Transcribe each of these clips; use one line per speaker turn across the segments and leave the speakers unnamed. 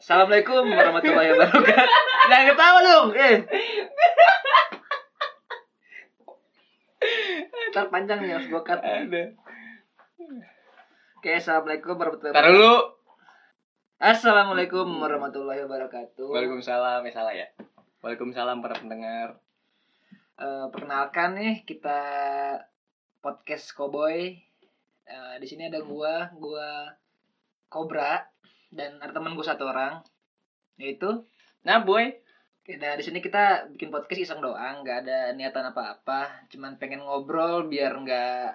Assalamualaikum warahmatullahi wabarakatuh. Jangan ketawa dong. Eh. Ntar panjang nih harus gue cut. Oke,
Ada.
assalamualaikum warahmatullahi
Ntar
wabarakatuh.
dulu.
Assalamualaikum warahmatullahi wabarakatuh.
Waalaikumsalam, ya salah ya. Waalaikumsalam para pendengar.
Eh, perkenalkan nih kita podcast Cowboy. Eh, di sini ada gua, gua Cobra dan ada teman gua satu orang yaitu
Nah, boy.
Nah, di sini kita bikin podcast iseng doang, nggak ada niatan apa-apa, cuman pengen ngobrol biar nggak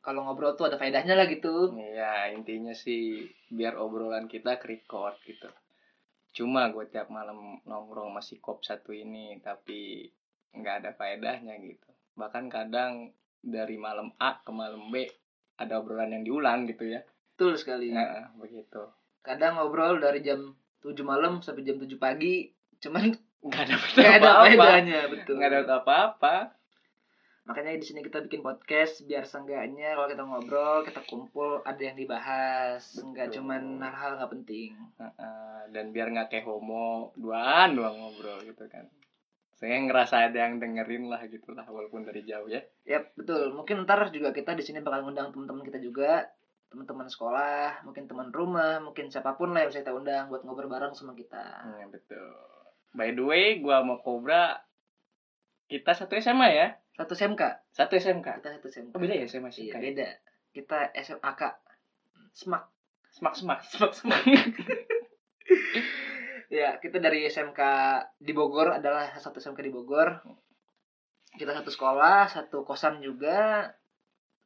kalau ngobrol tuh ada faedahnya lah gitu.
Ya, intinya sih biar obrolan kita record gitu. Cuma gue tiap malam nongkrong masih kop satu ini, tapi nggak ada faedahnya gitu. Bahkan kadang dari malam A ke malam B ada obrolan yang diulang gitu ya.
Betul sekali.
Nah, begitu.
Kadang ngobrol dari jam 7 malam sampai jam 7 pagi, cuman
Nggak ada
nggak ada
apa-apa.
faedahnya, betul.
Nggak ada apa-apa.
Makanya di sini kita bikin podcast biar seenggaknya kalau kita ngobrol, kita kumpul ada yang dibahas, nggak
Betul.
cuman hal-hal nggak penting.
Heeh, dan biar nggak kayak homo duaan doang ngobrol gitu kan saya ngerasa ada yang dengerin lah gitu lah walaupun dari jauh ya
Yap, betul. Mungkin ntar juga kita di sini bakal ngundang teman-teman kita juga, teman-teman sekolah, mungkin teman rumah, mungkin siapapun lah yang bisa kita undang buat ngobrol bareng sama kita.
Hmm, betul by the way gua sama Cobra kita satu SMA ya
Satu SMK,
satu SMK
kita satu SMK.
oh beda ya SMA sih
Iya, beda. Kita SMA Kak. Smak.
semak semak semak semak
Ya, kita dari SMK di Bogor adalah satu SMK di Bogor. Kita satu sekolah, satu kosan juga,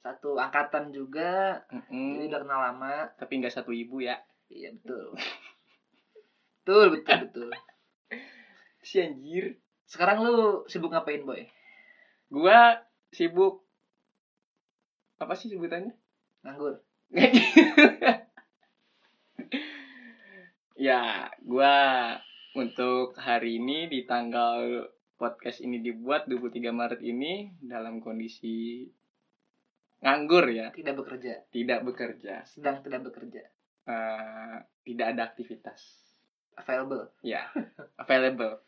satu angkatan juga. Jadi udah kenal lama.
tapi nggak satu ibu ya
Iya, betul. betul, betul, betul.
si anjir
Sekarang lu sibuk ngapain, Boy?
gua sibuk apa sih sebutannya
Nganggur.
ya, gua untuk hari ini di tanggal podcast ini dibuat 23 Maret ini dalam kondisi nganggur ya,
Tidak bekerja.
tidak bekerja,
Sedang tidak bekerja.
eh, tidak ada aktivitas.
Available.
Ya, available.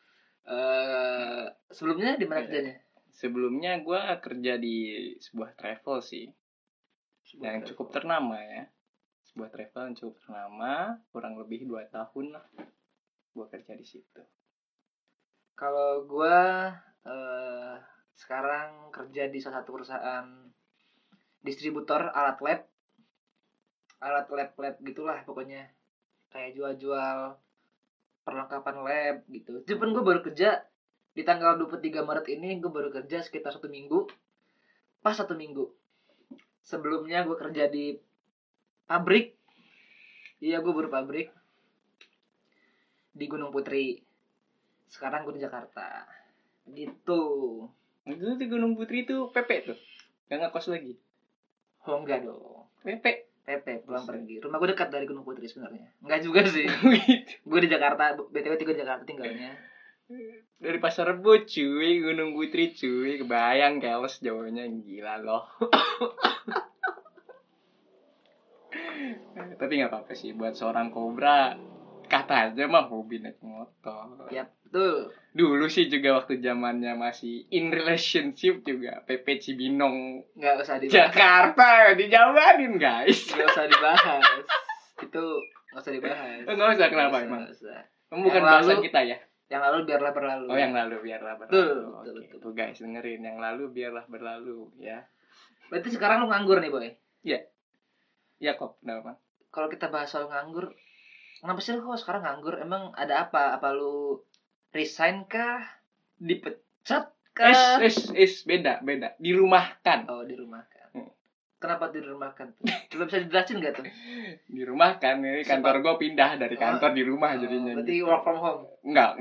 eh sebelumnya di mana
Iya.
kerjanya?
Sebelumnya gua kerja di sebuah travel sih, yang cukup ternama ya. Sebuah travel yang cukup ternama, kurang lebih 2 tahun lah gua kerja di situ.
Kalau gua eh sekarang kerja di salah satu perusahaan distributor alat lab. Alat lab-lab gitulah pokoknya. Kayak jual-jual perlengkapan lab gitu. Cuman gue baru kerja di tanggal 23 Maret ini gue baru kerja sekitar satu minggu. Pas satu minggu. Sebelumnya gue kerja di pabrik. Iya gue baru pabrik. Di Gunung Putri sekarang gue di Jakarta gitu
Itu di Gunung Putri itu Pepe tuh. Gak ngekos lagi.
oh enggak dong
Pepe.
Pepe pulang
Bisa.
pergi rumah gue dekat dari Gunung Putri sebenarnya enggak juga sih
Gitu.
gue di Jakarta btw gue di Jakarta tinggalnya
Dari Pasar Rebo cuy, Gunung Putri cuy. Kebayang keles jauhnya gila loh. Tapi nggak apa-apa sih buat seorang kobra kata aja mah hobi naik motor.
ya betul
Dulu sih juga waktu zamannya masih in relationship juga PP Cibinong
enggak usah
Ya.
dibahas
Jakarta dijauhanin guys.
enggak usah dibahas itu enggak usah dibahas
Enggak usah kenapa
Nggak
emang?
usah.
Bukan
Yang lalu-
bahasan kita ya.
yang lalu biarlah berlalu
Oh yang lalu biarlah berlalu.
Betul,
Oke.
betul, betul.
Tuh guys dengerin yang lalu biarlah berlalu ya.
berarti sekarang lu nganggur nih boy
Ya kok kenapa?
kalau kita bahas soal nganggur kenapa sih lu kok sekarang nganggur emang ada apa apa lu resign kah dipecat
Es
kah
es es beda beda dirumahkan
Oh, dirumahkan.
Hmm.
Kenapa dirumahkan tuh? Coba bisa dijelasin gak tuh?
dirumahkan ini kantor gue pindah dari kantor di rumah jadinya.
Oh, berarti
gitu.
work from home.
enggak.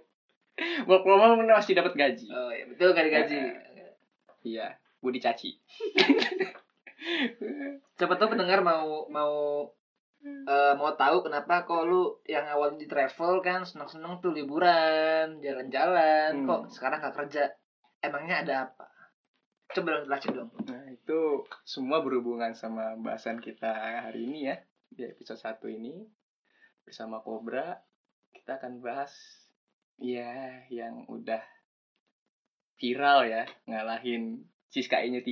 work from home masih dapat gaji.
Oh, iya, betul gak digaji.
Eh, Iya, gue dicaci.
Siapa tuh pendengar mau mau eh, mau tahu kenapa kok lu yang awal di travel kan seneng-seneng tuh liburan, jalan-jalan,
Hmm.
kok sekarang gak kerja? Emangnya ada apa? Coba dong jelasin dong.
Nah, itu semua berhubungan sama bahasan kita hari ini ya. Di episode 1 ini bersama Cobra kita akan bahas ya yang udah viral ya, ngalahin Siska nya 3.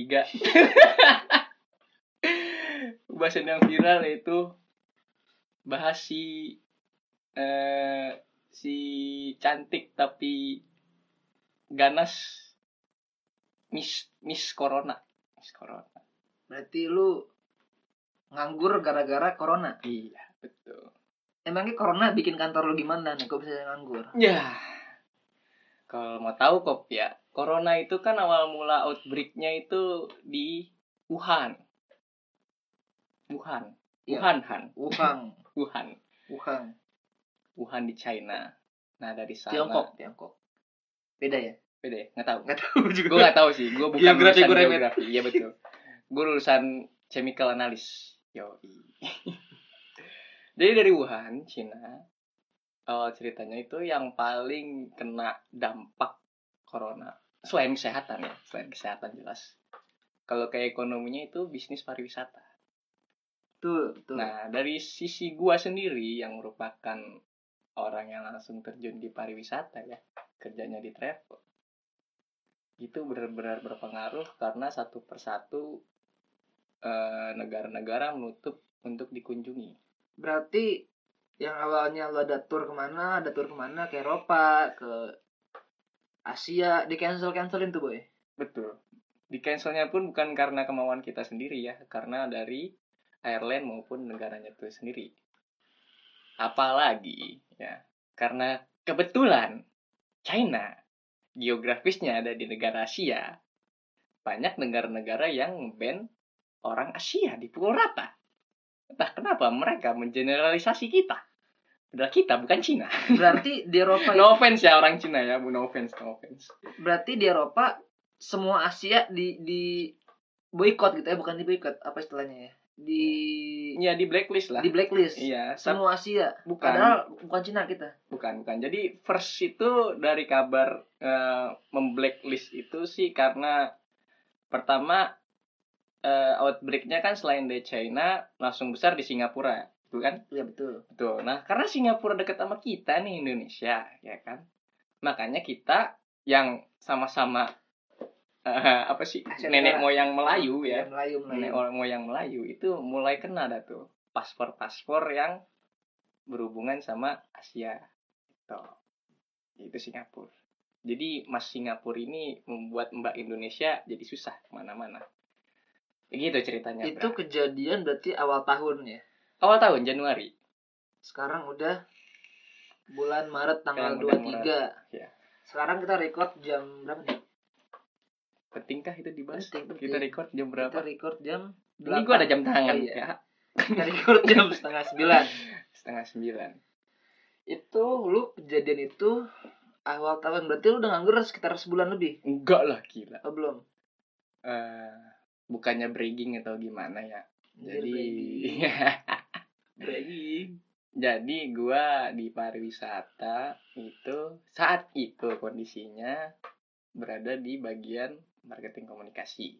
bahasan yang viral yaitu bahas si eh, si cantik tapi ganas Miss Miss Corona. Miss Corona.
Berarti lu nganggur gara-gara corona.
Iya, betul.
Emangnya corona bikin kantor lu gimana nih? Kok bisa nganggur?
Ya. Kalau mau tahu kop ya, Corona itu kan awal mula outbreak-nya itu di Wuhan. Wuhan.
Iya.
Wuhan, Han.
Wuhan,
Wuhan.
Wuhan,
Wuhan di China. Nah, dari sana
Tiongkok, Tiongkok. Beda ya?
Beda ya? Nggak tahu.
Nggak tahu juga.
Gue nggak tahu sih. Gue bukan
Geografi
lulusan
gua remeh.
geografi. Iya betul. Gue lulusan chemical analysis. Yo. Jadi dari Wuhan, Cina, awal ceritanya itu yang paling kena dampak corona. Selain kesehatan ya, selain kesehatan jelas. Kalau kayak ekonominya itu bisnis pariwisata.
Tuh, tuh.
Nah, dari sisi gua sendiri yang merupakan orang yang langsung terjun di pariwisata ya, kerjanya di travel. Itu benar-benar berpengaruh karena satu persatu eh, negara-negara menutup untuk dikunjungi.
Berarti yang awalnya lu ada tour kemana, ada tour kemana ke Eropa, ke Asia, di cancel cancelin tuh boy.
Betul. Di cancelnya pun bukan karena kemauan kita sendiri ya, karena dari airline maupun negaranya itu sendiri. Apalagi ya, karena kebetulan China geografisnya ada di negara Asia. Banyak negara-negara yang ban orang Asia di pukul rata. Entah kenapa mereka mengeneralisasi kita. Padahal kita bukan Cina.
Berarti di Eropa
No offense ya orang Cina ya, bu. No offense, no offense.
berarti di Eropa semua Asia di di boykot gitu ya, bukan di boykot, apa istilahnya ya? Di
Ya di blacklist lah.
di blacklist.
Iya, tapi-
Semua Asia.
bukan
Padahal bukan Cina kita.
bukan bukan jadi first itu dari kabar eh, memblacklist itu sih karena pertama eh, outbreaknya kan selain dari China langsung besar di Singapura itu kan
Iya betul.
betul nah karena Singapura dekat sama kita nih Indonesia ya kan makanya kita yang sama-sama eh, apa sih
Asia
nenek
Tenggara.
moyang Melayu ya
Iya, Melayu,
nenek
Melayu.
orang moyang Melayu itu mulai kena dah tuh paspor-paspor yang berhubungan sama Asia itu itu Singapura jadi mas Singapura ini membuat Mbak Indonesia jadi susah kemana-mana begitu ceritanya
Itu
Bra.
kejadian berarti awal tahun ya.
awal tahun Januari
Sekarang udah bulan Maret tanggal
Sekarang udah
23.
Kan Iya.
Sekarang kita record jam berapa nih?
pentingkah itu dibahas
Penting,
kita
penting.
record jam
Kita
berapa
record jam
ini gua ada jam tangan
Oh, iya.
ya
Kita record jam setengah sembilan.
setengah sembilan
Itu lu kejadian itu awal tahun berarti lu udah nganggur sekitar sebulan lebih.
enggak lah gila
Oh, belum.
Eh, bukannya breaking atau gimana ya
Iya,
jadi ya.
Breaking.
Jadi gua di pariwisata itu saat itu kondisinya berada di bagian marketing komunikasi.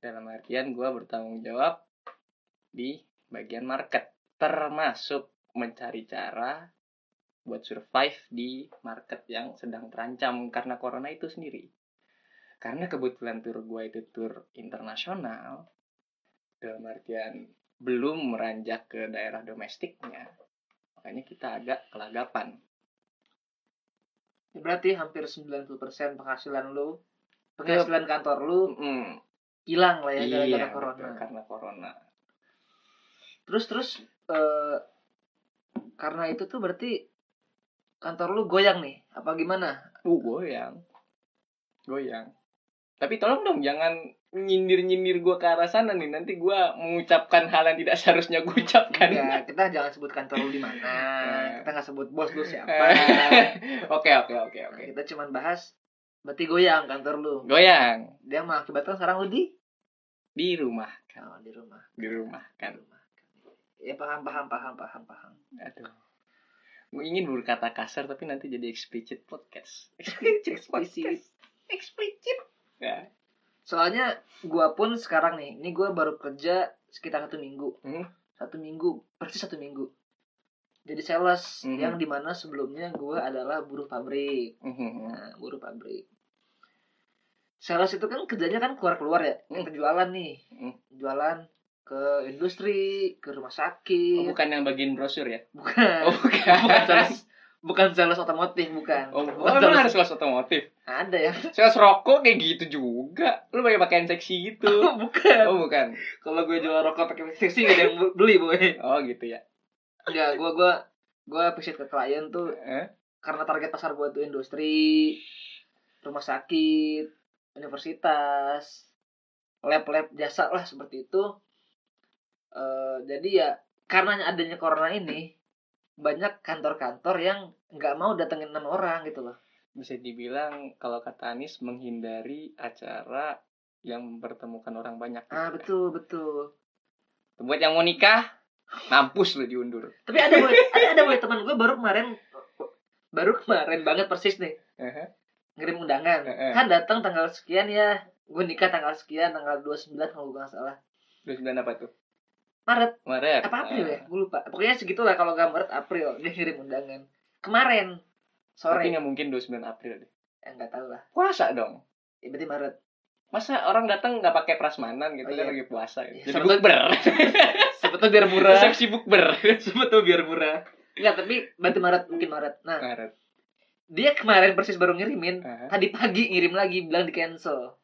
Dalam artian gua bertanggung jawab di bagian market termasuk mencari cara buat survive di market yang sedang terancam karena corona itu sendiri. Karena kebetulan tour gua itu tour internasional dalam artian belum meranjak ke daerah domestiknya makanya kita agak kelagapan
Berarti hampir 90% penghasilan lu penghasilan kantor lu
Mm-mm.
hilang lah ya gara-gara
Iya. betul,
corona.
karena corona
Terus terus eh karena itu tuh berarti kantor lu goyang nih apa gimana?
uh goyang goyang tapi tolong dong jangan nyindir nyindir gua ke arah sana nih nanti gua mengucapkan hal yang tidak seharusnya gua ucapkan Nah,
Enggak, Iya, kita jangan sebut kantor lu di mana.
Eh.
Kita nggak sebut bos lu siapa.
Eh, oke oke oke
Nah,
oke
kita cuman bahas berarti goyang kantor lu.
goyang
Dia mengakibatkan sekarang lu di
di rumah
oh, di rumah,
di rumah
di
kan
rumah. Ya paham paham paham paham paham.
aduh Gua ingin berkata kasar tapi nanti jadi explicit podcast explicit podcast
Explicit.
explicit ya
Soalnya gua pun sekarang nih, ini gua baru kerja sekitar satu minggu.
Hmm.
Satu minggu, persis satu minggu. Jadi sales
Mhm.
yang dimana sebelumnya gua adalah buruh pabrik.
Mhm.
Nah, buruh pabrik. Sales itu kan kerjanya kan keluar-keluar ya,
Mhm.
ke jualan nih. Hmm,
Mhm.
Jualan ke industri, ke rumah
Oh,
sakit.
bukan yang bagiin brosur ya?
bukan.
Oh, bukan.
bukan sales bukan sales otomotif bukan
Oh,
Bukan
oh emang harus kelas otomotif.
ada ya
Sales rokok kayak gitu juga. Lu pakai pakaian seksi gitu.
bukan
Oh, bukan.
kalau gue jual rokok pakai seksi gak ada yang beli boy
Oh, gitu ya.
enggak gue gue gue appreciate ke klien tuh
Eh?
karena target pasar gue tuh industri rumah sakit universitas lab-lab jasa lah seperti itu Eh, jadi ya karena adanya corona ini banyak kantor-kantor yang nggak mau datengin enam orang gitu loh
Bisa dibilang kalau kata Anies menghindari acara yang mempertemukan orang banyak.
ah betul betul
Buat yang mau nikah, mampus lu diundur.
tapi ada boy ada ada boy teman gue baru kemarin baru kemarin banget persis nih
Eh,
ngirim undangan
Heeh.
kan datang tanggal sekian ya gue nikah tanggal sekian tanggal 29 kalau gue nggak salah
Terus bulan apa tuh?
Maret
Maret.
apa April
Ah.
ya gue lupa pokoknya segitulah kalau nggak Maret April dia ngirim undangan kemarin
Tapi
sore
nggak mungkin 29 April deh.
ya nggak tahu lah
Puasa dong.
ya, berarti Maret
Masa orang datang nggak pakai prasmanan gitu
Oh,
kan
iya.
lagi puasa ya.
Iya,
Jadi
sebetulnya-
bukber.
sebetulnya biar
Resepsi bukber.
sebetulnya biar murah Enggak, tapi berarti Maret mungkin Maret nah
Maret.
dia kemarin persis baru ngirimin
Ah.
tadi pagi ngirim lagi bilang di cancel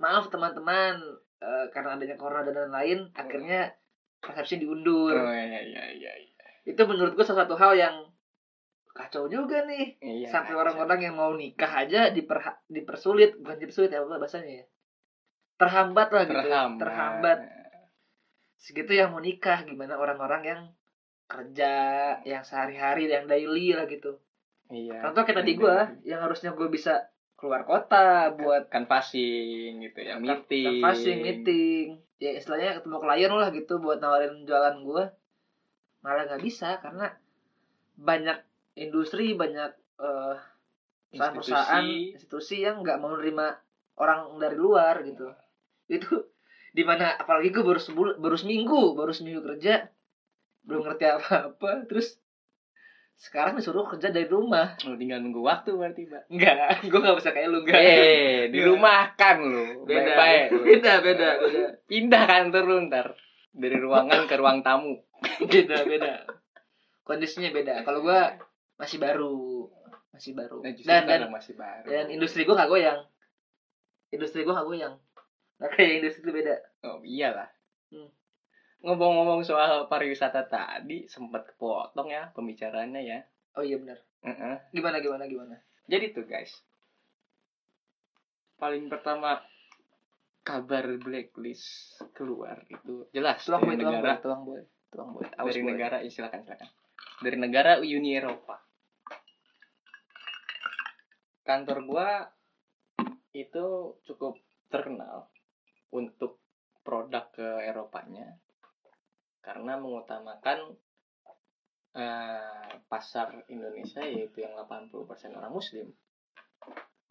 maaf teman-teman eh, karena adanya corona dan lain-lain akhirnya resepsi diundur
Oh, iya, iya, iya, iya.
itu menurut gue salah satu hal yang kacau juga nih
Iya,
sampai
kacau.
orang-orang yang mau nikah aja diperha- dipersulit bukan dipersulit ya apa bahasanya ya terhambat lah gitu
terhambat.
terhambat segitu yang mau nikah gimana orang-orang yang kerja yang sehari-hari yang daily lah gitu
Iya.
contoh kayak tadi gue
ya.
yang harusnya gue bisa keluar kota buat
canvassing Kan gitu ya, meeting.
Canvassing, Kan meeting. Ya istilahnya ketemu klien lah gitu buat nawarin jualan gue. Malah nggak bisa karena banyak industri, banyak eh, perusahaan-perusahaan,
Institusi.
institusi yang nggak mau nerima orang dari luar gitu. Itu dimana apalagi gue baru sebul- baru seminggu, baru seminggu kerja, belum ngerti apa-apa, terus sekarang disuruh kerja dari rumah.
Lu tinggal nunggu waktu berarti, Mbak.
Enggak, gue nggak bisa kayak lu enggak.
Eh, di
Iya.
rumah kan lu.
Beda,
Baik-baik. lu.
beda, beda, beda.
Pindah kantor lu ntar dari ruangan ke ruang tamu.
beda beda kondisinya beda kalau gua masih baru masih baru
Nah, justru
dan dan
karena masih baru.
dan industri gua nggak goyang industri gua nggak goyang nggak kayak industri itu beda
Oh, iyalah.
Hmm.
Ngomong-ngomong soal pariwisata tadi sempat kepotong ya pembicaranya ya.
oh iya benar
Heeh.
gimana gimana gimana
Jadi tuh guys. Paling pertama kabar blacklist keluar itu jelas
tuang boy
dari
tuang boy
negara
tuang boy tuang boy Aus
dari
boy.
negara ya, silakan silakan. Dari negara Uni Eropa. Kantor gua itu cukup terkenal untuk produk ke Eropanya karena mengutamakan eh, pasar Indonesia yaitu yang 80% orang muslim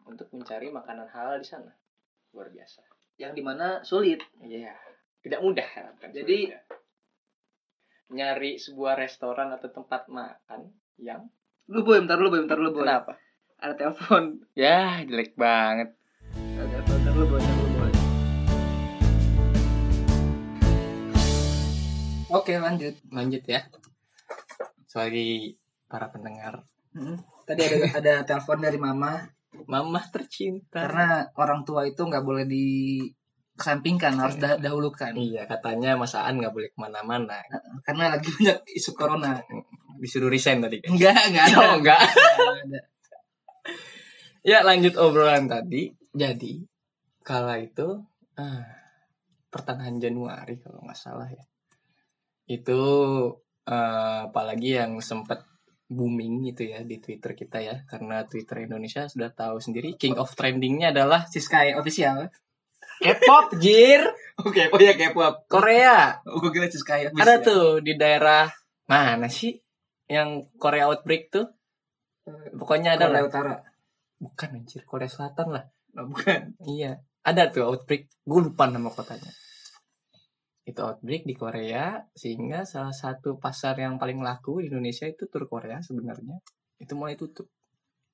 untuk mencari makanan halal di sana. Luar biasa.
yang dimana sulit
Iya, tidak mudah. bukan
Jadi-
sulit, ya. nyari sebuah restoran atau tempat makan yang
lu boy bentar lu boy bentar lu boy
kenapa?
ada telepon
Ya, jelek banget.
ada telepon bentar lu boy bentar lu boy
Oke, lanjut. Lanjut ya. Sebagai para pendengar,
Hmm. tadi ada ada telepon dari mama
mamah tercinta.
karena orang tua itu nggak boleh dikesampingkan harus dah- dahulukan
Iya, katanya Mas Aan nggak boleh kemana-mana.
karena lagi banyak isu corona
Disuruh resign tadi. guys.
enggak enggak ada
Oh, enggak.
Enggak ada.
ya lanjut obrolan tadi jadi kala itu ah, pertengahan Januari kalau nggak salah ya itu eh, apalagi yang sempat booming gitu ya di Twitter kita ya karena Twitter Indonesia sudah tahu sendiri king of trendingnya adalah
si Sky official.
K-pop jir
Oke, oh ya K-pop.
Korea
Gue kira si Sky
ada tuh di daerah mana sih yang Korea outbreak tuh pokoknya ada lah
Utara.
bukan anjir Korea Selatan lah
Oh, bukan.
Iya, ada tuh outbreak gue lupa nama kotanya itu outbreak di Korea sehingga salah satu pasar yang paling laku di Indonesia itu tur Korea sebenarnya itu mulai tutup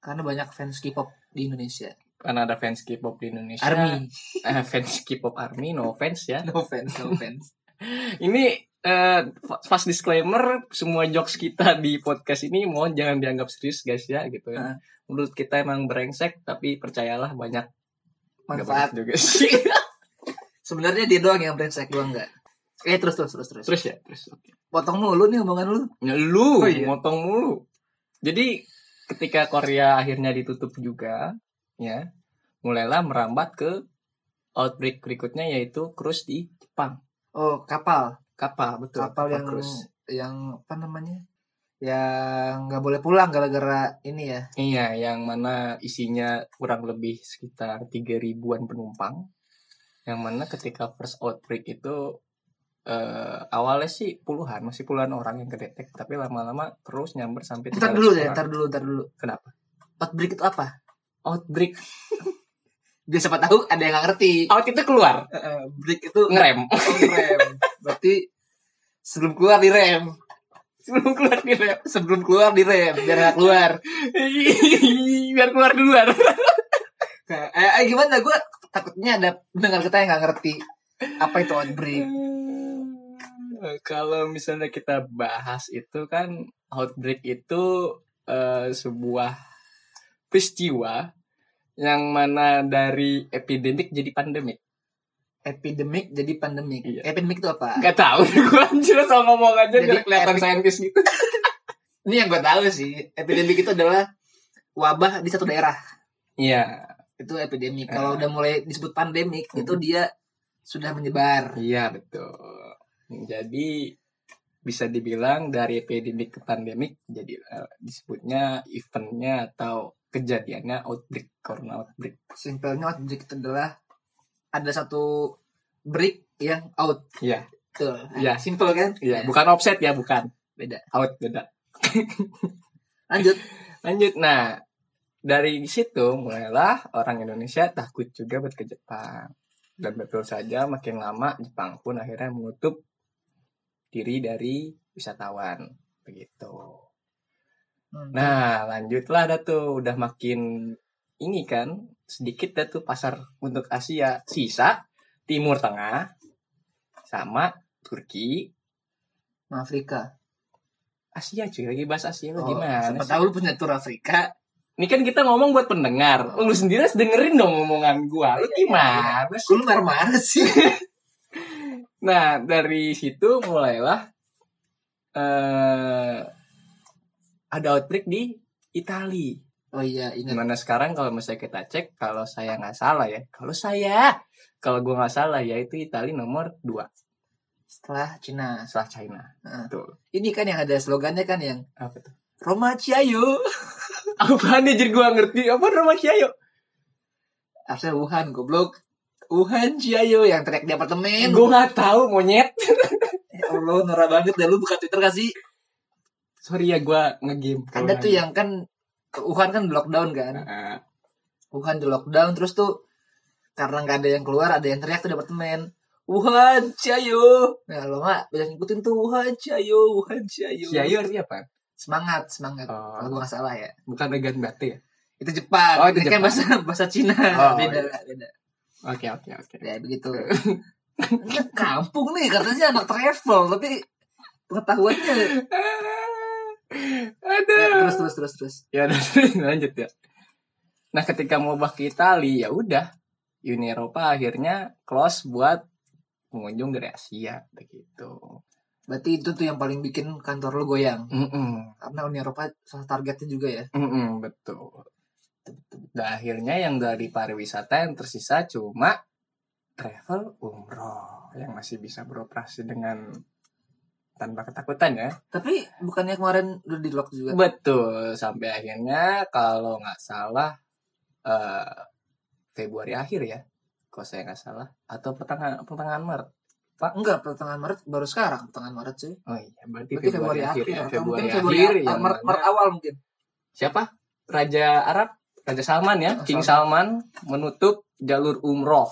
Karena banyak fans K-pop di Indonesia.
karena ada fans K-pop di Indonesia
Army,
Eh, fans K-pop Army no fans ya
Iya. no fans, no fans.
ini eh, fa- fast disclaimer semua jokes kita di podcast ini mohon jangan dianggap serius guys ya gitu ya. menurut kita emang brengsek tapi percayalah banyak nggak
Manfaat.
banyak juga sih
Sebenarnya dia doang yang brengsek, gua enggak. Eh terus terus terus terus.
terus ya terus oke.
Potong mulu nih omongan lu.
Ya, lu
Oh, iya.
motong mulu. Jadi ketika Korea akhirnya ditutup juga, ya, mulailah merambat ke outbreak berikutnya yaitu cruise di Jepang.
Oh, kapal.
Kapal, betul.
Kapal yang
cruise.
yang apa namanya? Yang nggak boleh pulang gara-gara ini ya.
Iya, yang mana isinya kurang lebih sekitar 3 ribuan penumpang. Yang mana ketika first outbreak itu eh, awalnya sih puluhan, masih puluhan orang yang kedetek, tapi lama-lama terus nyamber sampai
Ntar
300
dulu deh,
orang.
ntar dulu, ntar dulu.
Kenapa?
Outbreak itu apa?
Outbreak.
Biar siapa tahu ada yang nggak ngerti.
Out itu keluar,
Eh, break itu
ngerem.
ngerem. Berarti sebelum keluar direm,
sebelum keluar di lab
sebelum keluar direm biar nggak keluar.
biar keluar duluan
Nah, eh, eh, gimana gue takutnya ada pendengar kita yang nggak ngerti apa itu outbreak.
kalau misalnya kita bahas itu kan outbreak itu eh, sebuah peristiwa yang mana dari epidemik jadi pandemik
Epidemic jadi pandemik.
Iya.
Epidemic itu apa?
nggak tahu gue anjir soal ngomong aja
Jadi
biar kelihatan
epic.
saintis gitu
Ini yang gue tahu sih. Epidemic itu adalah wabah di satu daerah.
iya
Itu epidemic.
Eh.
Kalau udah mulai disebut pandemik,
Hmm.
itu dia sudah menyebar.
iya betul jadi bisa dibilang dari epidemik ke pandemik jadi eh, disebutnya eventnya atau kejadiannya outbreak corona outbreak
Simpelnya outbreak itu adalah ada satu break yang out.
Iya.
Betul.
Iya.
Simple kan? Nah,
Iya, bukan offset ya, bukan.
Beda.
Out beda.
Lanjut.
Lanjut. Nah, dari situ mulailah orang Indonesia takut juga buat ke Jepang. Dan betul saja makin lama Jepang pun akhirnya menutup diri dari wisatawan. Begitu.
Hmm.
Nah, lanjutlah dah tuh udah makin ini kan sedikit dah tuh pasar untuk Asia sisa Timur Tengah sama Turki
Afrika.
Asia cuy lagi bahas Asia lu
Oh,
gimana
Siapa
sih?
tahu lu punya tur Afrika.
Ini kan kita ngomong buat pendengar.
Oh.
Lu sendiri harus dengerin dong omongan
Iya,
gua. Lu gimana sih?
Lu marah-marah sih.
Nah, dari situ mulailah eh ada outbreak di Itali.
Oh iya, ingat.
Dimana sekarang kalau misalnya kita cek, kalau saya nggak salah ya, kalau saya, kalau gua nggak salah ya itu Itali nomor 2
Setelah Cina.
setelah China.
Ini kan yang ada slogannya kan yang
Apa tuh?
Roma Ciayu.
Apaan nih, jadi gua ngerti? Apa rumah Kiayo?
Harusnya Wuhan, goblok. Wuhan Ciayu yang teriak di apartemen.
Gua nggak tahu monyet.
Ya Allah, norak banget deh lu buka Twitter gak sih?
Sorry ya gua ngegame.
Ada tuh yang kan Wuhan kan di lockdown kan.
Heeh.
Wuhan di lockdown terus tuh karena nggak ada yang keluar, ada yang teriak tuh di apartemen. Wuhan Ciayu. Nah, lo mah banyak ngikutin tuh Wuhan Ciayu, Wuhan Ciayu.
Kiayo artinya apa?
Semangat, semangat.
Oh.
Kalau gua gak salah ya.
Bukan Regan Bate ya?
Itu Jepang.
Oh, itu
Ini
Jepang.
kan bahasa bahasa Cina.
Oh,
beda,
iya.
beda.
Oke, oke, oke.
Ya begitu. Ini kampung nih katanya anak travel tapi pengetahuannya Ya,
Aduh.
terus terus terus terus.
Ya udah lanjut ya. Nah, ketika mau bak ke Itali, ya udah Uni Eropa akhirnya close buat pengunjung dari Asia begitu.
Berarti itu tuh yang paling bikin kantor lu goyang
Mm-mm,
karena Uni Eropa salah targetnya juga ya.
mm-mm, betul. Dan akhirnya yang dari pariwisata yang tersisa cuma travel umroh yang masih bisa beroperasi dengan tanpa ketakutan ya.
Tapi bukannya kemarin udah di lock juga?
Betul, sampai akhirnya kalau nggak salah eh, Februari akhir ya, kalau saya nggak salah, atau pertengahan pertengahan Maret.
Enggak, pertengahan Maret baru sekarang, pertengahan Maret sih.
Oh iya, berarti,
Berarti
Februari, akhir, ya.
atau mungkin
Februari,
Februari
akhir ya.
ah,
yang
Maret,
mana-
Maret awal mungkin.
siapa? Raja Arab, Raja Salman ya,
Oh,
King Salman menutup jalur umroh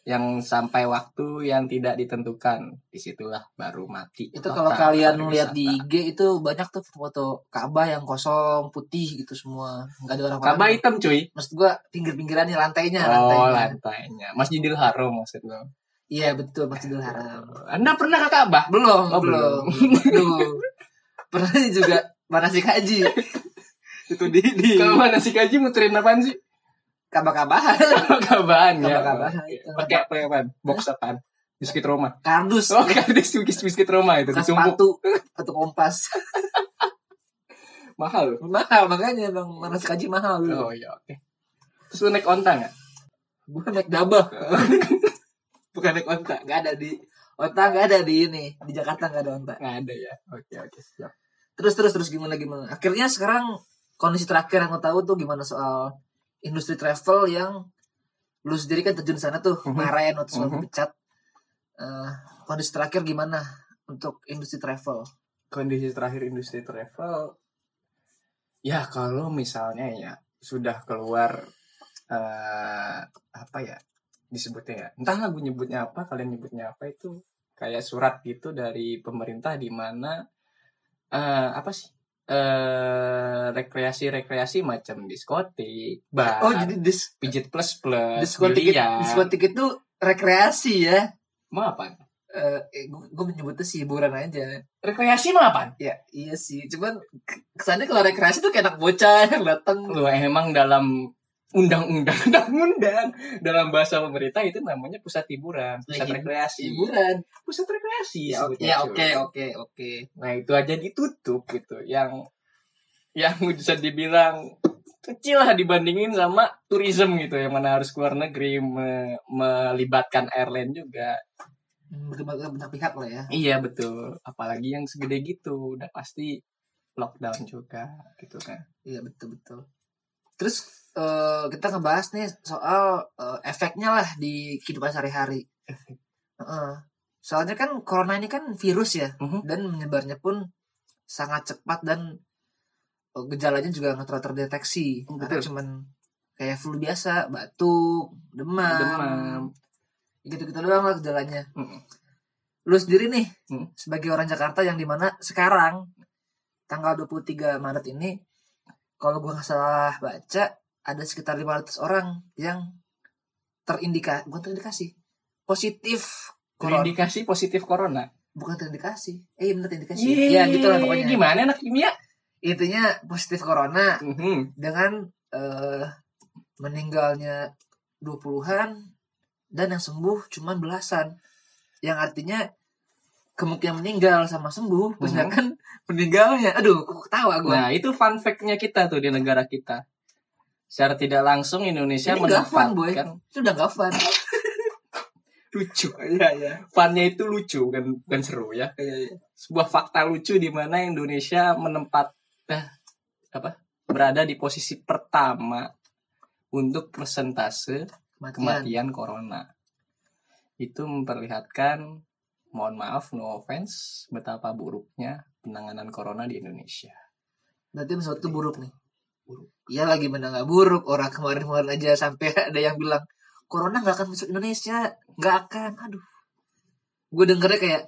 yang sampai waktu yang tidak ditentukan disitulah baru mati
itu kalau
total
kalian
pariwisata.
lihat di IG itu banyak tuh foto-foto Ka'bah yang kosong putih gitu semua nggak ada orang
Ka'bah hitam cuy
maksud gua pinggir-pinggirannya lantainya
oh
lantainya
lantainya Masjidil Haram maksud lo
iya betul Masjidil Haram
Anda pernah ke Ka'bah
belum
Oh,
eh, belum Aduh. pernah juga manasik haji itu di di
kalau mana sih kaji muterin apaan sih
kabah-kabahan
Ka'bahan ya
Ka'bah-Ka'bahan,
Oke.
itu.
pakai apa apaan? box apaan biskuit Roma
kardus
oke biskuit biskuit Roma itu
bekas
ditumpuk
sepatu sepatu kompas
mahal loh
mahal makanya bang manasik haji mahal dulu
oh iya oke terus lu naik onta nggak
Gua naik dabah bukan naik onta nggak ada di onta nggak ada di ini di Jakarta nggak ada onta
nggak ada ya oke oke siap
terus terus terus gimana gimana akhirnya sekarang kondisi terakhir yang lo tahu tuh gimana soal industri travel yang lu sendiri kan terjun sana tuh
Mhm.
kemarin waktu soal
Mhm.
dipecat Eh, kondisi terakhir gimana untuk industri travel
kondisi terakhir industri travel ya kalau misalnya ya sudah keluar eh apa ya disebutnya ya entahlah gue nyebutnya apa kalian nyebutnya apa itu kayak surat gitu dari pemerintah di mana eh apa sih eh rekreasi rekreasi macam diskotik bar
oh jadi gitu? dis
pijit plus plus
diskon tiket
biliar.
diskon tiket tuh rekreasi ya
mau apa
Eh, gue menyebutnya sih hiburan aja
rekreasi mau apa
ya iya sih cuman ke- kesannya kalau rekreasi tuh kayak anak bocah yang datang
lu emang dalam undang-undang undang-undang dalam bahasa pemerintah itu namanya pusat hiburan pusat
Lagi-
rekreasi
hiburan
pusat rekreasi
ya o-
sebutnya,
ya,
cuy.
oke oke oke
nah itu aja ditutup gitu yang yang bisa dibilang kecil lah dibandingin sama tourism gitu yang mana harus keluar negeri me- melibatkan airline juga
Hmm, berbagai benak pihak lah ya
iya betul apalagi yang segede gitu udah pasti lockdown juga gitu kan
iya betul betul terus eh, kita ngebahas nih soal eh, efeknya lah di kehidupan sehari-hari Heeh. soalnya kan corona ini kan virus ya
Mhm.
dan menyebarnya pun sangat cepat dan eh, gejalanya juga nggak terlalu terdeteksi
Oh, Betul.
karena cuman kayak flu biasa batuk demam,
demam
gitu gitu doang lah gejalanya
Mm-mm.
lu sendiri nih
Hmm.
sebagai orang Jakarta yang dimana sekarang tanggal 23 Maret ini kalau gua nggak salah baca ada sekitar 500 orang yang terindikasi bukan terindikasi positif corona
terindikasi positif corona
bukan terindikasi eh bener terindikasi
Yeay,
ya gitu lah pokoknya
Iya, Gimana anak kimia? Mhm.
intinya positif corona dengan eh, meninggalnya 20-an dan yang sembuh cuman belasan. Yang artinya kemungkinan meninggal sama sembuh,
Mhm.
sedangkan meninggalnya. Aduh, kok ketawa gue.
Nah, itu fun fact-nya kita tuh di negara kita. Secara tidak langsung Indonesia
Ini nggak fun, Boy.
menempatkan
Itu udah gak fun.
lucu.
Iya, iya.
Funnya itu lucu kan bukan seru ya.
Iya, iya.
Sebuah fakta lucu di mana Indonesia menempat eh, apa? Berada di posisi pertama untuk persentase
Kematian.
kematian corona. Itu memperlihatkan mohon maaf no offense betapa buruknya penanganan corona di Indonesia.
Berarti maksud itu gitu. buruk nih.
Buruk.
Iya lagi mana nggak buruk. Orang kemarin-kemarin aja sampai ada yang bilang, Corona nggak akan masuk Indonesia. nggak akan. Aduh. Gue dengernya kayak,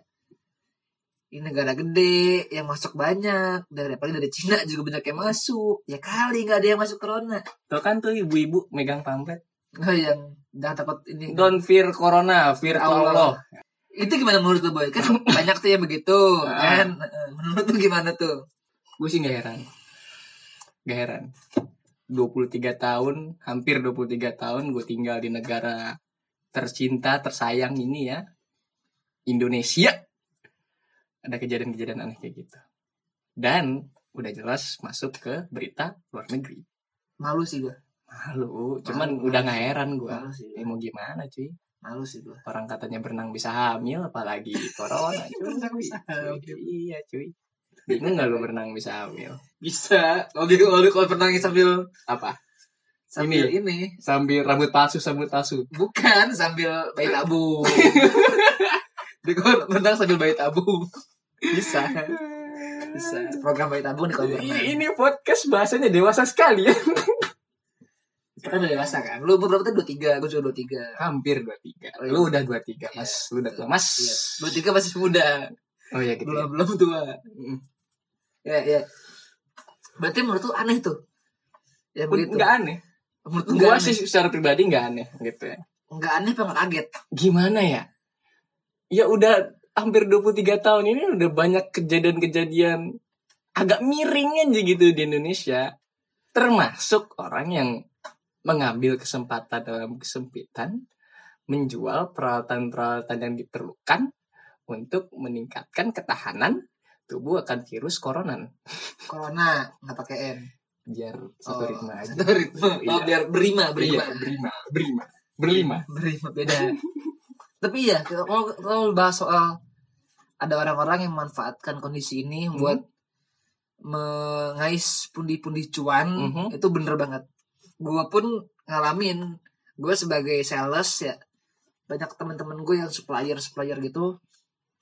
ini negara gede yang masuk banyak dari paling dari Cina juga banyak yang masuk ya kali nggak ada yang masuk corona
Tuh kan tuh ibu-ibu megang pamflet.
nggak yang jangan takut ini
Don't fear corona, fear
Allah.
Allah.
itu gimana menurut lo boy kan banyak tuh yang begitu
Ah.
kan Eh, menurut tuh gimana tuh
Gue sih gak heran. Gak heran. 23 tahun, hampir 23 tahun gue tinggal di negara tercinta, tersayang ini ya. Indonesia. Ada kejadian-kejadian aneh kayak gitu. Dan udah jelas masuk ke berita luar negeri.
malu sih gue
Malu, cuman
Malu,
udah
malu.
gak heran gue.
malu sih
Ya
gua.
mau gimana cuy?
malu sih gue
orang katanya berenang bisa hamil apalagi corona cuy.
Berenang bisa
Cuy,
hamil.
iya cuy bingung nggak lu berenang bisa hamil
bisa kalau di kalau di- kalau pernah sambil
apa
sambil ini,
sambil rambut palsu rambut palsu
bukan sambil bayi tabung di kolam renang sambil bayi tabung bisa bisa Iya,
Iya,
program bayi tabung di kolam renang
ini podcast bahasanya dewasa sekali ya
Kita udah dewasa kan. Lu umur berapa tuh? 23, gue juga 23.
hampir 23
Oh, iya.
lu udah 23 mas lu udah tua mas
Iya. 23 masih muda.
oh ya gitu ya.
Belum belum tua.
Mm.
Ya, ya. Berarti menurut lu aneh tuh. Ya begitu.
nggak aneh
Menurut lu
Gitu. gua
aneh.
sih secara pribadi nggak aneh gitu ya
Nggak aneh pengen kaget.
gimana ya ya udah hampir 23 tahun ini udah banyak kejadian-kejadian agak miring aja gitu di Indonesia termasuk orang yang mengambil kesempatan dalam kesempitan menjual peralatan-peralatan yang diperlukan untuk meningkatkan ketahanan tubuh akan virus koronan
Corona nggak pakai N.
biar
Oh,
satu ritme aja
Satu ritme. Oh,
Iya.
biar berima, berima.
berlima berlima berlima berlima
Berima beda. Tapi iya, kalau kalau lu bahas soal ada orang-orang yang memanfaatkan kondisi ini
Mhm.
buat mengais pundi-pundi cuan,
Mhm.
itu bener banget. Gua pun ngalamin. Gue sebagai sales ya banyak teman-teman gue yang supplier supplier gitu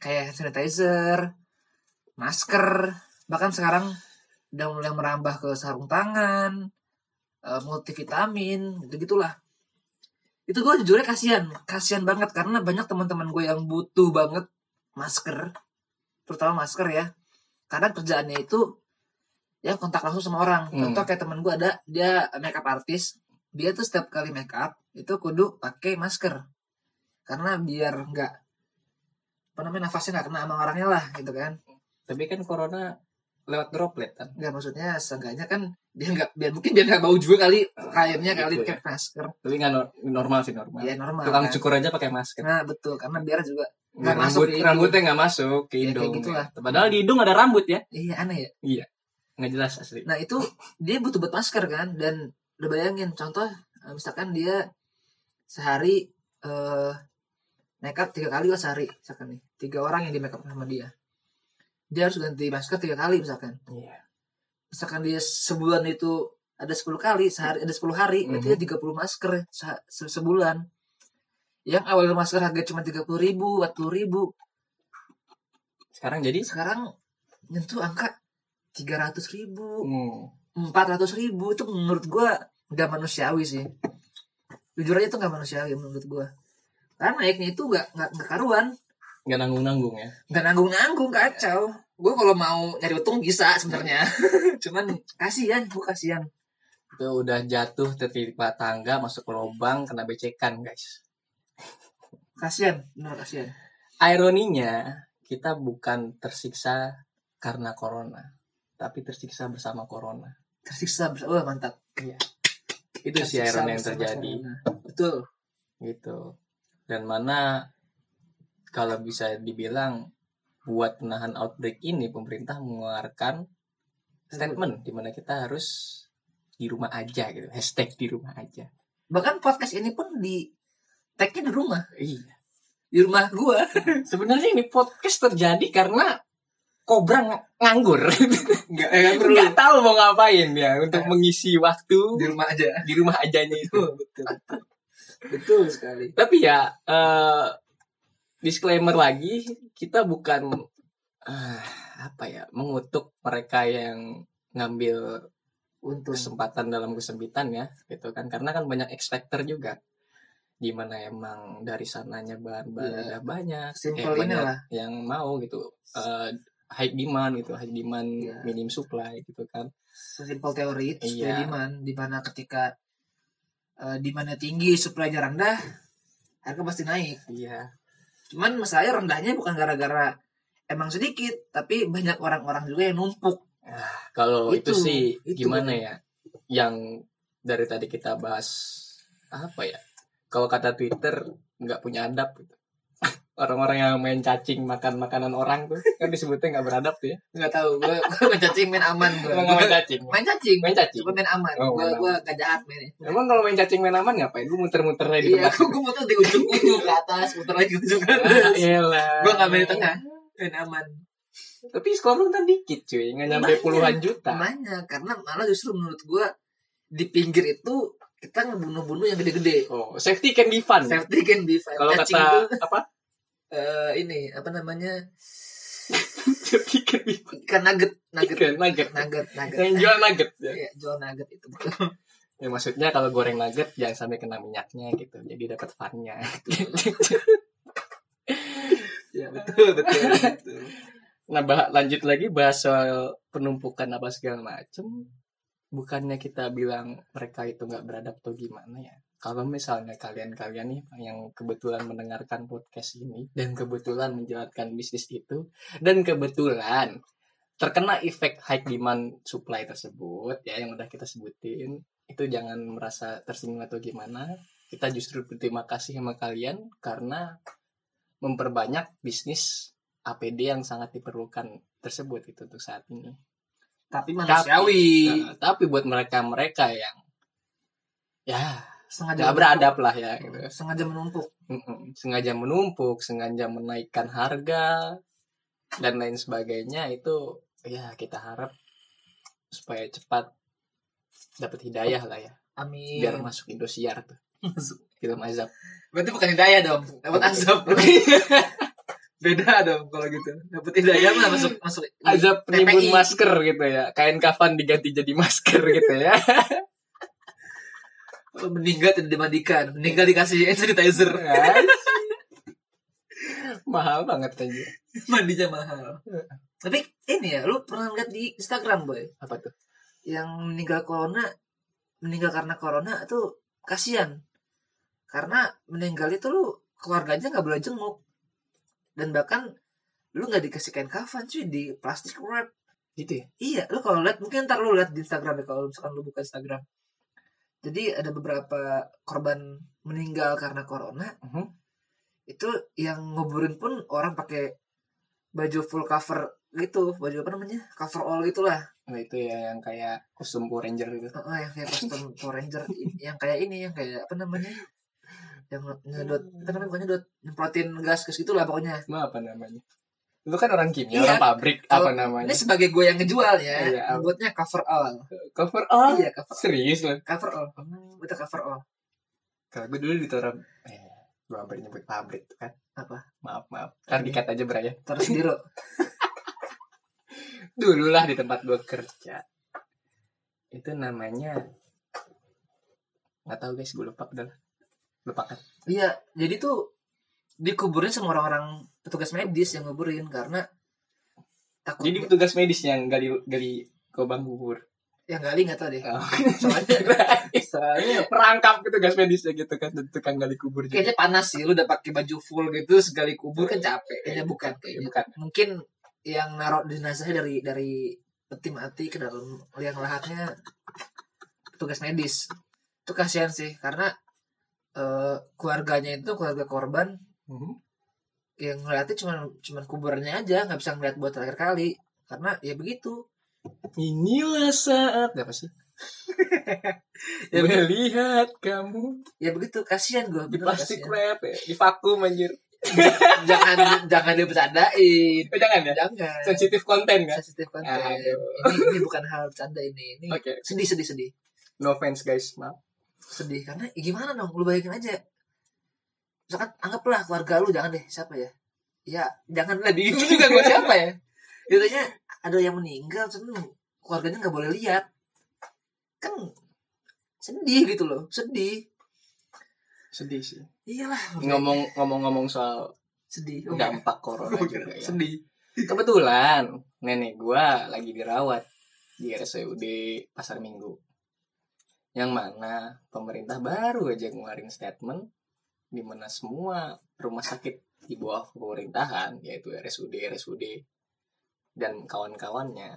kayak hand sanitizer, masker, bahkan sekarang udah mulai merambah ke sarung tangan, eh, multivitamin, gitu gitulah. Itu gue jujurnya kasihan, kasihan banget karena banyak teman-teman gue yang butuh banget masker, terutama masker ya. Karena kerjaannya itu yang kontak langsung sama orang.
Hmm.
Contoh kayak temen gue ada, dia makeup artist, dia tuh setiap kali makeup itu kudu pakai masker karena biar nggak apa namanya nafasnya nggak kena sama orangnya lah gitu kan
tapi kan corona lewat droplet kan
nggak maksudnya seenggaknya kan dia nggak biar mungkin dia nggak bau juga kali
Ah,
kainnya kali
gitu
pakai masker
tapi nggak nor- normal sih normal
ya normal
tukang
kan.
cukur aja pakai masker
nah betul karena biar juga
Nggak
masuk
rambut
ke hidung.
rambutnya nggak masuk ke
Ya, kayak
hidung
gitulah.
ya. padahal di hidung ada rambut ya
iya aneh ya
nggak jelas asli
nah itu dia butuh buat masker kan dan udah bayangin contoh eh, misalkan dia sehari eh makeup tiga kali lah sehari misalkan nih tiga orang yang di makeup sama dia dia harus ganti masker tiga kali misalkan
iya
misalkan dia sebulan itu ada 10 kali sehari ada 10 hari berarti
Mhm.
dia 30 masker se- se- sebulan yang awalnya masker harga cuma 30.000 ribu 40 ribu
sekarang jadi
sekarang nyentuh angka 300 ribu
hmm,
400 ribu itu menurut gua nggak manusiawi sih jujur aja itu nggak manusiawi menurut gua karena naiknya itu nggak nggak nggak karuan
nggak nanggung nanggung ya
nggak nanggung nanggung kacau gue kalau mau nyari untung bisa sebenarnya cuman kasihan gue kasihan
itu udah jatuh tertimpa tangga masuk ke lubang kena becekan guys
kasihan benar kasihan
ironinya kita bukan tersiksa karena corona tapi tersiksa bersama corona
tersiksa bersama wah mantap
itu
Tersiksa
sih ironi yang
bersama
terjadi
corona. betul
gitu dan mana kalau bisa dibilang buat menahan outbreak ini pemerintah mengeluarkan statement di mana kita harus di rumah aja gitu hashtag di rumah aja
bahkan podcast ini pun di tagnya di rumah
iya
di rumah gua
sebenarnya ini podcast terjadi karena kobra ng- nganggur
nggak
nggak tahu mau ngapain ya untuk mengisi
di
waktu
rumah aja
di rumah ajanya itu
betul betul betul sekali
tapi ya eh, disclaimer lagi kita bukan eh, apa ya mengutuk mereka yang ngambil
untung
kesempatan dalam kesempitan ya gitu kan karena kan banyak X factor juga gimana emang dari sananya bahan-bahan
Iya.
udah banyak eh,
Simple
banyak
inilah.
yang mau gitu eh high demand gitu high demand
Iya.
minim supply gitu kan
sesimpel teori itu supply
Iya.
demand di mana ketika eh, demandnya tinggi supply-nya rendah harga pasti naik
iya
cuman masalahnya rendahnya bukan gara-gara emang sedikit tapi banyak orang-orang juga yang numpuk
kalau
Itu,
itu, sih
itu.
gimana ya yang dari tadi kita bahas apa ya kalau kata Twitter nggak punya adab gitu. orang-orang yang main cacing makan makanan orang tuh kan disebutnya nggak beradab tuh ya
nggak tahu gue main cacing main aman gue
Emang nggak main cacing
main cacing
main cacing
Cuma main aman.
Oh,
gua
main
gua gak jahat mainnya.
Emang kalau main cacing main aman ngapain? Lu muter-muter aja di
Iya,
tempat.
gua gua muter di ujung-ujung ke atas, muter lagi ke ujung ke
Ah,
atas.
elah.
gua gak main di tengah. Main aman.
Tapi skor lu kan dikit cuy, nggak nyampe
Banyak.
puluhan juta.
Banyak karena malah justru menurut gua di pinggir itu kita ngebunuh-bunuh yang gede-gede.
Oh, safety can be fun.
Safety can be fun.
Kalau
Cacing
kata
tuh,
apa?
eh, ini apa namanya?
safety can be fun.
Ikan nugget, nugget,
Ikan nugget.
nugget, nugget.
Yang jual nugget. ya.
Iya, jual nugget itu.
ya maksudnya kalau goreng nugget jangan sampai kena minyaknya gitu jadi dapat funnya Iya,
ya betul betul betul
nah bah- lanjut lagi bahas soal penumpukan apa segala macem bukannya kita bilang mereka itu nggak beradab atau gimana ya kalau misalnya kalian-kalian nih yang kebetulan mendengarkan podcast ini dan kebetulan menjalankan bisnis itu dan kebetulan terkena efek high demand supply tersebut ya yang udah kita sebutin itu jangan merasa tersinggung atau gimana kita justru berterima kasih sama kalian karena memperbanyak bisnis APD yang sangat diperlukan tersebut itu untuk saat ini
tapi
tapi,
manusiawi
nah, tapi buat mereka mereka yang ya
sengaja
nggak beradab lah ya gitu.
menumpuk. sengaja menumpuk
Mm-mm. sengaja menumpuk sengaja menaikkan harga dan lain sebagainya itu ya kita harap supaya cepat dapat hidayah lah ya
amin
biar masuk Indosiar tuh film azab
berarti bukan hidayah dong dapat azab beda dong kalau gitu dapat hidayah mah masuk masuk
azab penimbun
TPI.
masker gitu ya kain kafan diganti jadi masker gitu ya
meninggal tidak dimandikan meninggal dikasih hand sanitizer
Iya kan? mahal banget aja
mandinya mahal
Iya.
tapi ini ya lu pernah lihat di Instagram boy
apa tuh
yang meninggal corona meninggal karena corona tuh kasihan karena meninggal itu lu keluarganya nggak boleh jenguk dan bahkan lu nggak dikasih kain kafan cuy di plastik wrap
gitu ya
iya lu kalau lihat mungkin ntar lu lihat di Instagram ya kalau misalkan lu buka Instagram jadi ada beberapa korban meninggal karena corona
Mhm.
itu yang nguburin pun orang pakai baju full cover gitu baju apa namanya cover all gitulah
Nah, itu ya yang kayak kostum Power Ranger gitu
Oh, yang kayak custom Power Ranger i- yang kayak ini yang kayak apa namanya? Yang nyedot, apa namanya bukan nyedot, nyemprotin gas gas gitulah pokoknya.
Emang apa namanya? Lu kan orang
Iya.
kimia, orang pabrik,
Kalau-
apa namanya?
Ini sebagai gue yang ngejual ya,
Iya, apa?
nyebutnya cover all.
Cover all.
Iya, cover
Oh, Serius lu.
cover all. Hmm,
Oh.
Itu cover all.
Kalau gue dulu ditaruh eh gue hampir nyebut pabrik tuh kan.
Apa?
Maaf, maaf. Ntar dikat aja ya. Brian.
Terus biru.
Dulu lah di tempat gue kerja. Itu namanya nggak tahu guys, gue lupa udah lah. Lupakan.
Iya, jadi tuh dikuburin sama orang-orang petugas medis yang nguburin karena takut
Jadi petugas medis yang gali gali lubang kubur.
yang gali ya, nggak tahu deh.
Oh.
Soalnya soalnya
Perangkap petugas medisnya gitu kan tukang gali kubur juga.
kayaknya panas sih lu udah pakai baju full gitu segali kubur kan capek Iya. kayaknya bukan
Ya,
kayaknya
bukan.
mungkin yang naruh jenazahnya dari dari peti mati ke dalam liang lahatnya petugas medis itu kasihan sih karena eh, keluarganya itu keluarga korban
Mhm.
yang ngeliatnya cuman cuman kuburannya aja nggak bisa ngeliat buat terakhir kali karena ya begitu
Inilah saat apa sih?
Ya,
Iya,
bener.
Melihat kamu
ya begitu kasihan gue
di plastik
kasihan.
wrap ya, di vakum anjir.
jangan jangan dibercandain
Oh, jangan ya.
jangan
Sensitif konten kan.
sensitif konten
Aduh.
ini, ini bukan hal bercanda ini ini
Oke.
sedih sedih sedih
No offense guys, maaf.
sedih karena ya gimana dong lu bayangin aja misalkan anggaplah keluarga lu jangan deh siapa ya ya jangan lah bingung juga gue siapa ya Biasanya ada yang meninggal seneng keluarganya nggak boleh lihat kan sedih gitu loh sedih
Sedih sih.
iyalah makanya.
Ngomong ngomong-ngomong soal
sedih Oh,
dampak corona
enggak.
juga ya.
sedih
Kebetulan nenek gua lagi dirawat di RSUD Pasar Minggu. Yang mana pemerintah baru aja ngeluarin statement di mana semua rumah sakit di bawah pemerintahan yaitu RSUD RSUD dan kawan-kawannya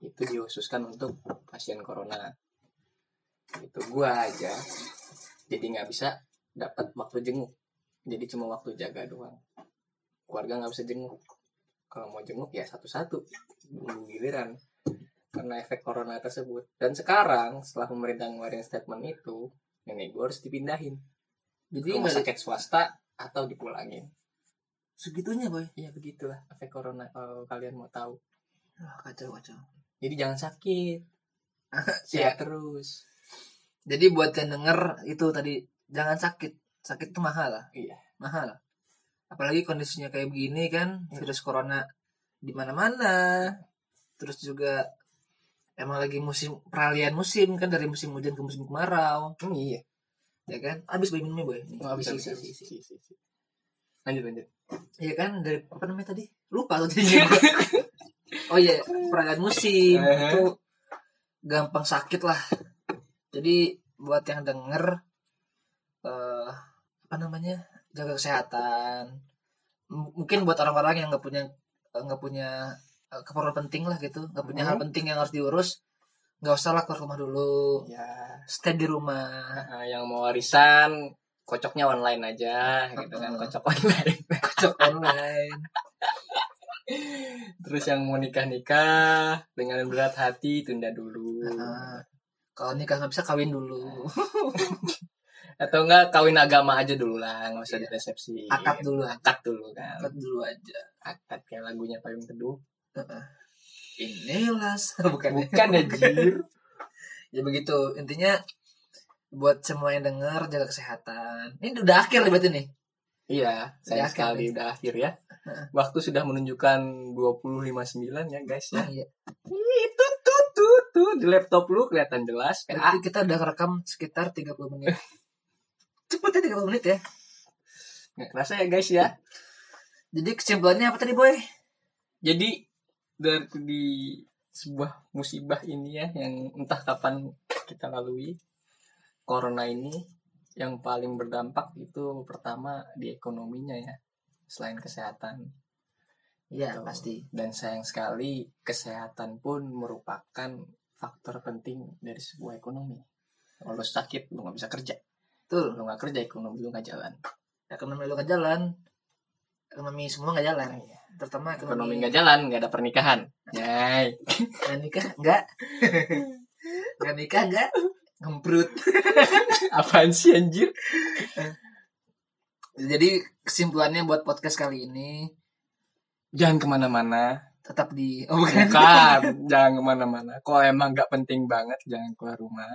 itu dihususkan untuk pasien corona itu gua aja jadi nggak bisa dapat waktu jenguk jadi cuma waktu jaga doang keluarga nggak bisa jenguk kalau mau jenguk ya satu-satu nunggu giliran karena efek corona tersebut dan sekarang setelah pemerintah ngeluarin statement itu nenek gue harus dipindahin
jadi
rumah
nggak ada
sakit swasta atau dipulangin
segitunya boy
Iya begitulah efek corona kalau kalian mau tahu.
Wah, kacau kacau
Jadi jangan sakit.
Iya.
Sehat terus.
jadi buat yang denger itu tadi jangan sakit sakit itu mahal
Iya.
mahal. Apalagi kondisinya kayak
Hmm.
begini kan, virus corona di mana-mana. Terus juga emang lagi musim peralihan musim kan dari musim hujan ke musim kemarau
Hmm, iya.
ya kan habis bayi minumnya boy Nih,
Oh, habis,
isi, isi,
habis, habis.
isi.
Isi, isi. Lanjut, lanjut.
Iya kan dari apa namanya tadi? Lupa tuh tadi. gua. oh iya, peralihan musim
Eh.
itu gampang sakit lah. Jadi buat yang denger eh apa namanya? jaga kesehatan. M- mungkin buat orang-orang yang nggak punya eh, nggak punya eh, keperluan penting lah gitu, nggak punya hal
Hmm.
penting yang harus diurus, nggak usah lah keluar rumah dulu.
Ya,
Stay di rumah.
eh, yang mau warisan kocoknya online aja gitu kan, kocok online.
Cocok online.
Terus yang mau nikah-nikah dengan berat hati tunda dulu.
Heeh. Nah, Kalau nikah nggak bisa kawin dulu.
Atau enggak kawin agama aja dulu lah, nggak usah
Iya.
diresepsi.
Akad dulu aja.
Akad dulu kan.
Akad dulu aja.
Akad kayak lagunya Payung Teduh.
Inilah bukan ya.
Bukan ya, Jir.
ya begitu intinya buat semua yang denger jaga kesehatan ini udah akhir nih berarti nih
Iya, sayang
akhir
sekali
nih.
udah akhir ya. Waktu sudah menunjukkan 25.9 ya guys ya.
Iya.
Itu tuh tuh tuh di laptop lu kelihatan jelas kan.
berarti kita udah rekam sekitar 30 menit cepet ya 30 menit ya
Nggak kerasa ya guys ya.
jadi kesimpulannya apa tadi boy
Jadi dari di sebuah musibah ini ya yang entah kapan kita lalui corona ini yang paling berdampak itu pertama di ekonominya ya selain kesehatan
Iya
Betul.
pasti
dan sayang sekali kesehatan pun merupakan faktor penting dari sebuah ekonomi kalau lu sakit lu nggak bisa kerja
betul
lu nggak kerja ekonomi lu nggak jalan
ekonomi lu nggak jalan ekonomi semua nggak jalan
Iya.
terutama
ekonomi
ekonomi,
nggak jalan nggak ada pernikahan Yay.
nggak nikah nggak nggak nikah nggak ngemprut
apaan sih anjir
jadi kesimpulannya buat podcast kali ini
jangan kemana-mana
tetap di oh, bukan.
bukan jangan kemana-mana kalau emang nggak penting banget jangan keluar rumah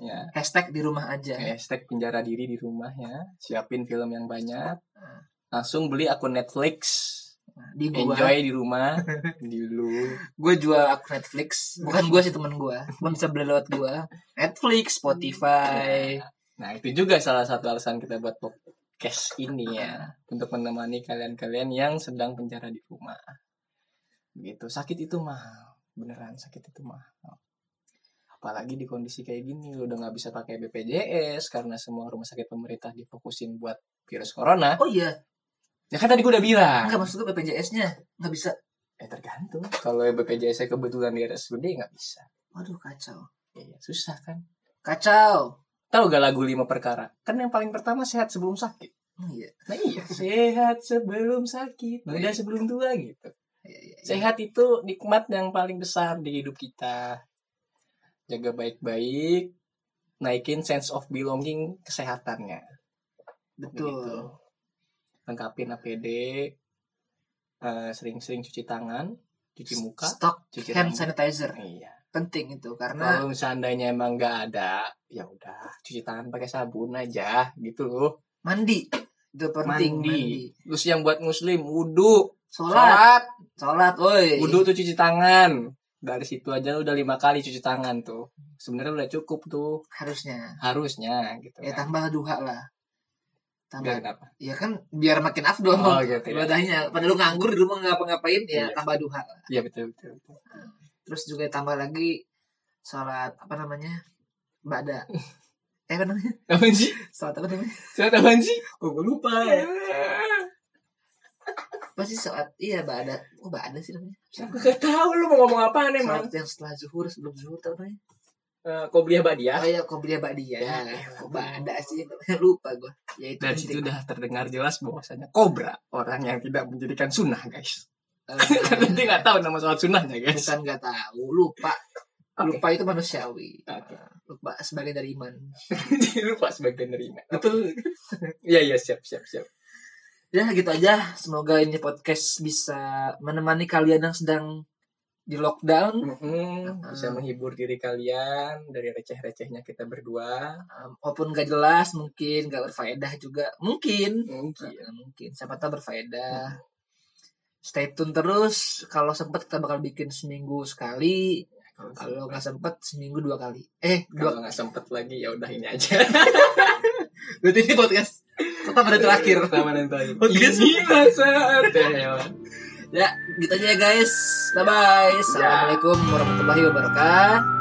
ya
hashtag di rumah aja
hashtag penjara diri di rumah ya siapin film yang banyak langsung beli akun Netflix
di gua
enjoy di rumah di lu
gue jual akun Netflix bukan gue sih temen gue cuma bisa beli lewat gue Netflix Spotify
nah itu juga salah satu alasan kita buat podcast ini ya untuk menemani kalian-kalian yang sedang penjara di rumah gitu sakit itu mahal beneran sakit itu mahal apalagi di kondisi kayak gini lu udah nggak bisa pakai BPJS karena semua rumah sakit pemerintah difokusin buat virus corona
oh iya
ya kan tadi gue udah bilang
nggak maksud gue BPJS nya nggak bisa
eh tergantung kalau BPJS -nya kebetulan di RSUD nggak bisa
waduh kacau
Iya, susah kan
kacau
Tahu gak lagu lima perkara? Kan yang paling pertama sehat sebelum sakit.
Oh, iya
Nah iya, sehat sebelum sakit, muda sebelum tua gitu.
Iya, iya, iya.
Sehat itu nikmat yang paling besar di hidup kita. Jaga baik-baik, naikin sense of belonging kesehatannya. Begitu.
betul
Lengkapin APD, eh, sering-sering cuci tangan, cuci muka,
stok
cuci
hand
rambut.
sanitizer
Iya.
penting itu karena
Kalau seandainya emang nggak ada, ya udah cuci tangan pakai sabun aja gitu loh.
mandi itu penting
mandi.
mandi,
Terus yang buat muslim wudhu,
sholat
sholat,
sholat woi
wudhu tuh cuci tangan. Dari situ aja lu udah lima kali cuci tangan tuh. Sebenarnya udah cukup tuh
harusnya
harusnya gitu.
ya
kan.
tambah duha lah
Nggak
tambah
kenapa?
ya kan biar makin afdol
Oh gitu ya.
ibadahnya padahal lu nganggur di rumah ngapa-ngapain ya
Iya.
tambah duha
Iya betul betul. betul.
terus juga tambah lagi sholat apa namanya bada eh apa namanya
Apaan sih?
sholat apa namanya
Sholat apaan sih? Iya.
kok gue lupa
ya?
pasti sholat iya bada oh bada sih namanya
Aku gak tahu lu mau ngomong apaan emang.
sholat yang setelah zuhur sebelum zuhur tau namanya
Eh, Qobliyah Badiah.
oh iya kok beli badia
Ya,
ya,
elah.
kok bada sih namanya lupa gue ya itu
Dari
penting.
situ udah terdengar jelas bahwasanya kobra orang yang tidak menjadikan sunnah guys.
Eh,
Karena dia nggak tahu nama sholat sunnahnya guys.
bukan nggak tahu lupa
Oke.
lupa itu manusiawi Ah,
Oke.
lupa sebagai dari iman
Jadi lupa sebagai penerima. Betul. Iya iya siap siap siap.
ya gitu aja semoga ini podcast bisa menemani kalian yang sedang di lockdown
Hmm. Mm-mm, Bisa
Mm.
menghibur diri kalian dari receh-recehnya kita berdua.
Um, walaupun gak jelas mungkin gak berfaedah juga mungkin
Mungkin.
Nah, mungkin siapa tahu berfaedah stay tune terus kalau sempat kita bakal bikin seminggu sekali Kalau nggak sempet seminggu dua kali. Eh
Kalau
dua.
nggak sempet lagi ya udah ini aja.
Berarti ini podcast tetap ada terakhir. ya.
Sama nanti.
Podcast.
Inilah saatnya.
Ya gitu aja ya guys. Bye bye. Assalamualaikum warahmatullahi wabarakatuh.